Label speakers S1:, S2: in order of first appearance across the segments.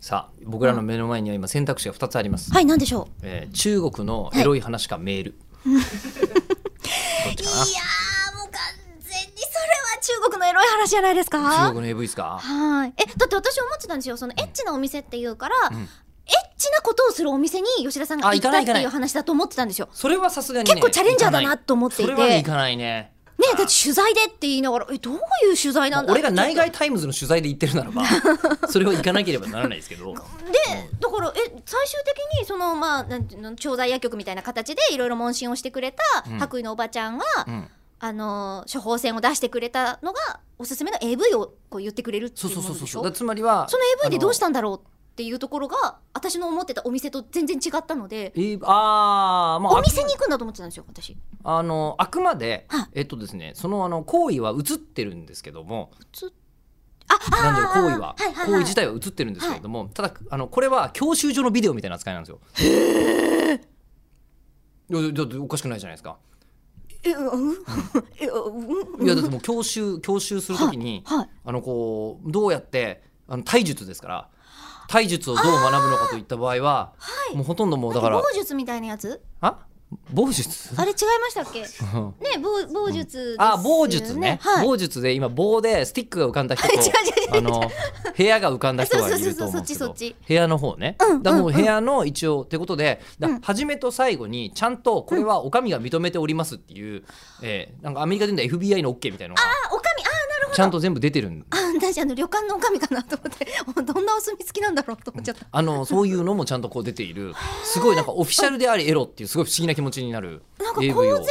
S1: さあ僕らの目の前には今選択肢が2つあります、
S2: はい、なんでしょう。
S1: えー中国のエロい話かメール、どっちか
S2: いやー、もう完全にそれは中国のエロい話じゃないですか。
S1: な中国の AV ですか
S2: はい。え、だって私思ってたんですよ。そのエッチなお店っていうから、エッチなことをするお店に吉田さんが
S1: あ
S2: 行ったっ
S1: 行か
S2: て
S1: ない
S2: い
S1: 行か
S2: う話だと思ってたんですよ。
S1: それはさすがに、ね、
S2: 結構チャレンジャーだなと思っていて
S1: それはねいかないね
S2: ねえだって取材でって言いながら、え、どういう取材なんだ
S1: 俺が内外タイムズの取材で行ってるなら ばそれは行かなければならないですけど
S2: でだからえ最終的にそのまあなんていうの調剤薬局みたいな形でいろいろ問診をしてくれた白衣のおばちゃんが、
S1: ん
S2: あのー処方箋を出してくれたのがおすすめの AV をこう言ってくれるって
S1: そ
S2: いうう
S1: そう
S2: も
S1: そうそ
S2: ので
S1: う
S2: し
S1: そ
S2: ょ
S1: うだ
S2: そ
S1: からつまりは
S2: の AV でどうしたたんだろうっていうところが私の思ってたお店と全然違ったので
S1: えーあーまあ
S2: お店に行くんだと思ってたんですよ私
S1: あのあくまで
S2: はい、
S1: えっとですね、そのあの行為は映ってるんですけども、
S2: ああ
S1: なんだろう行
S2: ー
S1: 為は、
S2: いはい
S1: 行為
S2: はい
S1: 自体は映ってるんですけれども、ただあのこれは教習所のビデオみたいな扱いなんですよ。いやだっておかしくないじゃないですか。
S2: えうん えうん
S1: いやだってもう教習教習するときに、
S2: はい
S1: あのこうどうやってあの体術ですから、体術をどう学ぶのかといった場合は、もうほとんどもうだから
S2: 棒、術みたいなやつ
S1: あ、棒 術。
S2: あれ違いましたっけね棒棒術ですよね
S1: あ、棒術ね、
S2: はい
S1: 棒術で今棒でスティックが浮かんだ人と
S2: 違う違う違う
S1: あの部屋が浮かんだ人がい
S2: そうそう
S1: る
S2: そ
S1: と
S2: う
S1: 思うんですけ
S2: そ
S1: ど
S2: っちそっち
S1: 部屋の方ね、
S2: うん
S1: だからもう
S2: うん
S1: 部屋の一応ってことで、だ
S2: うん
S1: 初めと最後にちゃんとこれはお上が認めておりますっていう、えーなんかアメリカで言うんだ FBI の OK みたいなのが
S2: あ、おかみ、あ
S1: ちゃんと全部出てるん
S2: ー、なるほど。あ、私、あの、旅館のおかみかなと思って、どんなお墨付きなんだろうと思っちゃった。
S1: あのそういうのもちゃんとこう出ているすごいなんかオフィシャルでありエロっていうすごい不思議な気持ちになる
S2: なんか、公
S1: AV
S2: 然
S1: を
S2: と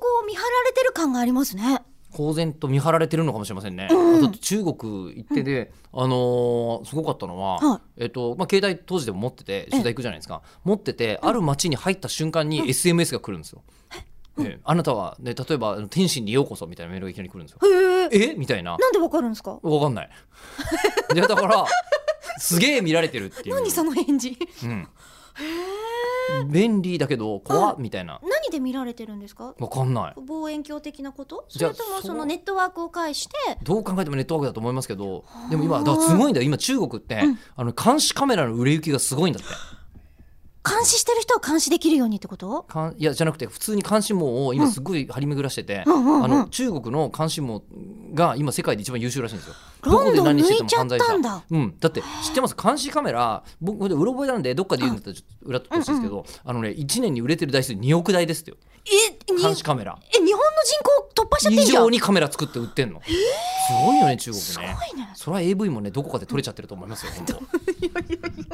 S2: こう、見張られてる感がありますね。
S1: 公然と見張られてるのかもしれませんね。あと中国行ってで、あのーすごかったのは、
S2: は
S1: えっとまあ、携帯当時でも持ってて取材行くじゃないですか持ってて、ある町に入った瞬間に SMS が来るんですよ。ええあなたは、ね、例えばあの天津にようこそみたいなメールがいきなり来るんですよ。
S2: へえ。
S1: えみたいな
S2: なんでわかるんですか
S1: わかん ない。いやだからすげえ見られてるっていう。
S2: 何その返事
S1: うん、便利だけど怖っみたいな
S2: 何で見られてるんですか
S1: わかんない。
S2: 望遠鏡的なことそ
S1: じゃ
S2: れ
S1: あ
S2: とも
S1: そう
S2: そのネットワークを介して
S1: どう考えてもネットワークだと思いますけどでも今だからすごいんだよ今中国って、あの監視カメラの売れ行きがすごいんだって
S2: 監視してる人を監視できるようにってこと
S1: かんいやじゃなくて普通に監視網を今すごい張り巡らしてて、
S2: うんうんうん
S1: あの中国の監視網が今世界で一番優秀らしいんですよ。
S2: ロンドン
S1: どこで何してても
S2: 抜いちゃったんだ
S1: 犯罪者うん、だって知ってます監視カメラ僕これでうろ覚えなんでどっかで言うんだったらちょっと裏取ってほしいですけど、あのね1年に売れてる台数2億台ですってよ
S2: え、にえ、
S1: 監
S2: 日
S1: 視カメラ
S2: 本の人口突破しちゃって
S1: 以
S2: んじゃん
S1: 上にカメラ作って売ってんの、すごいよね中国ね
S2: すごいね
S1: それは AV もねどこかで撮れちゃってると思いますよ本当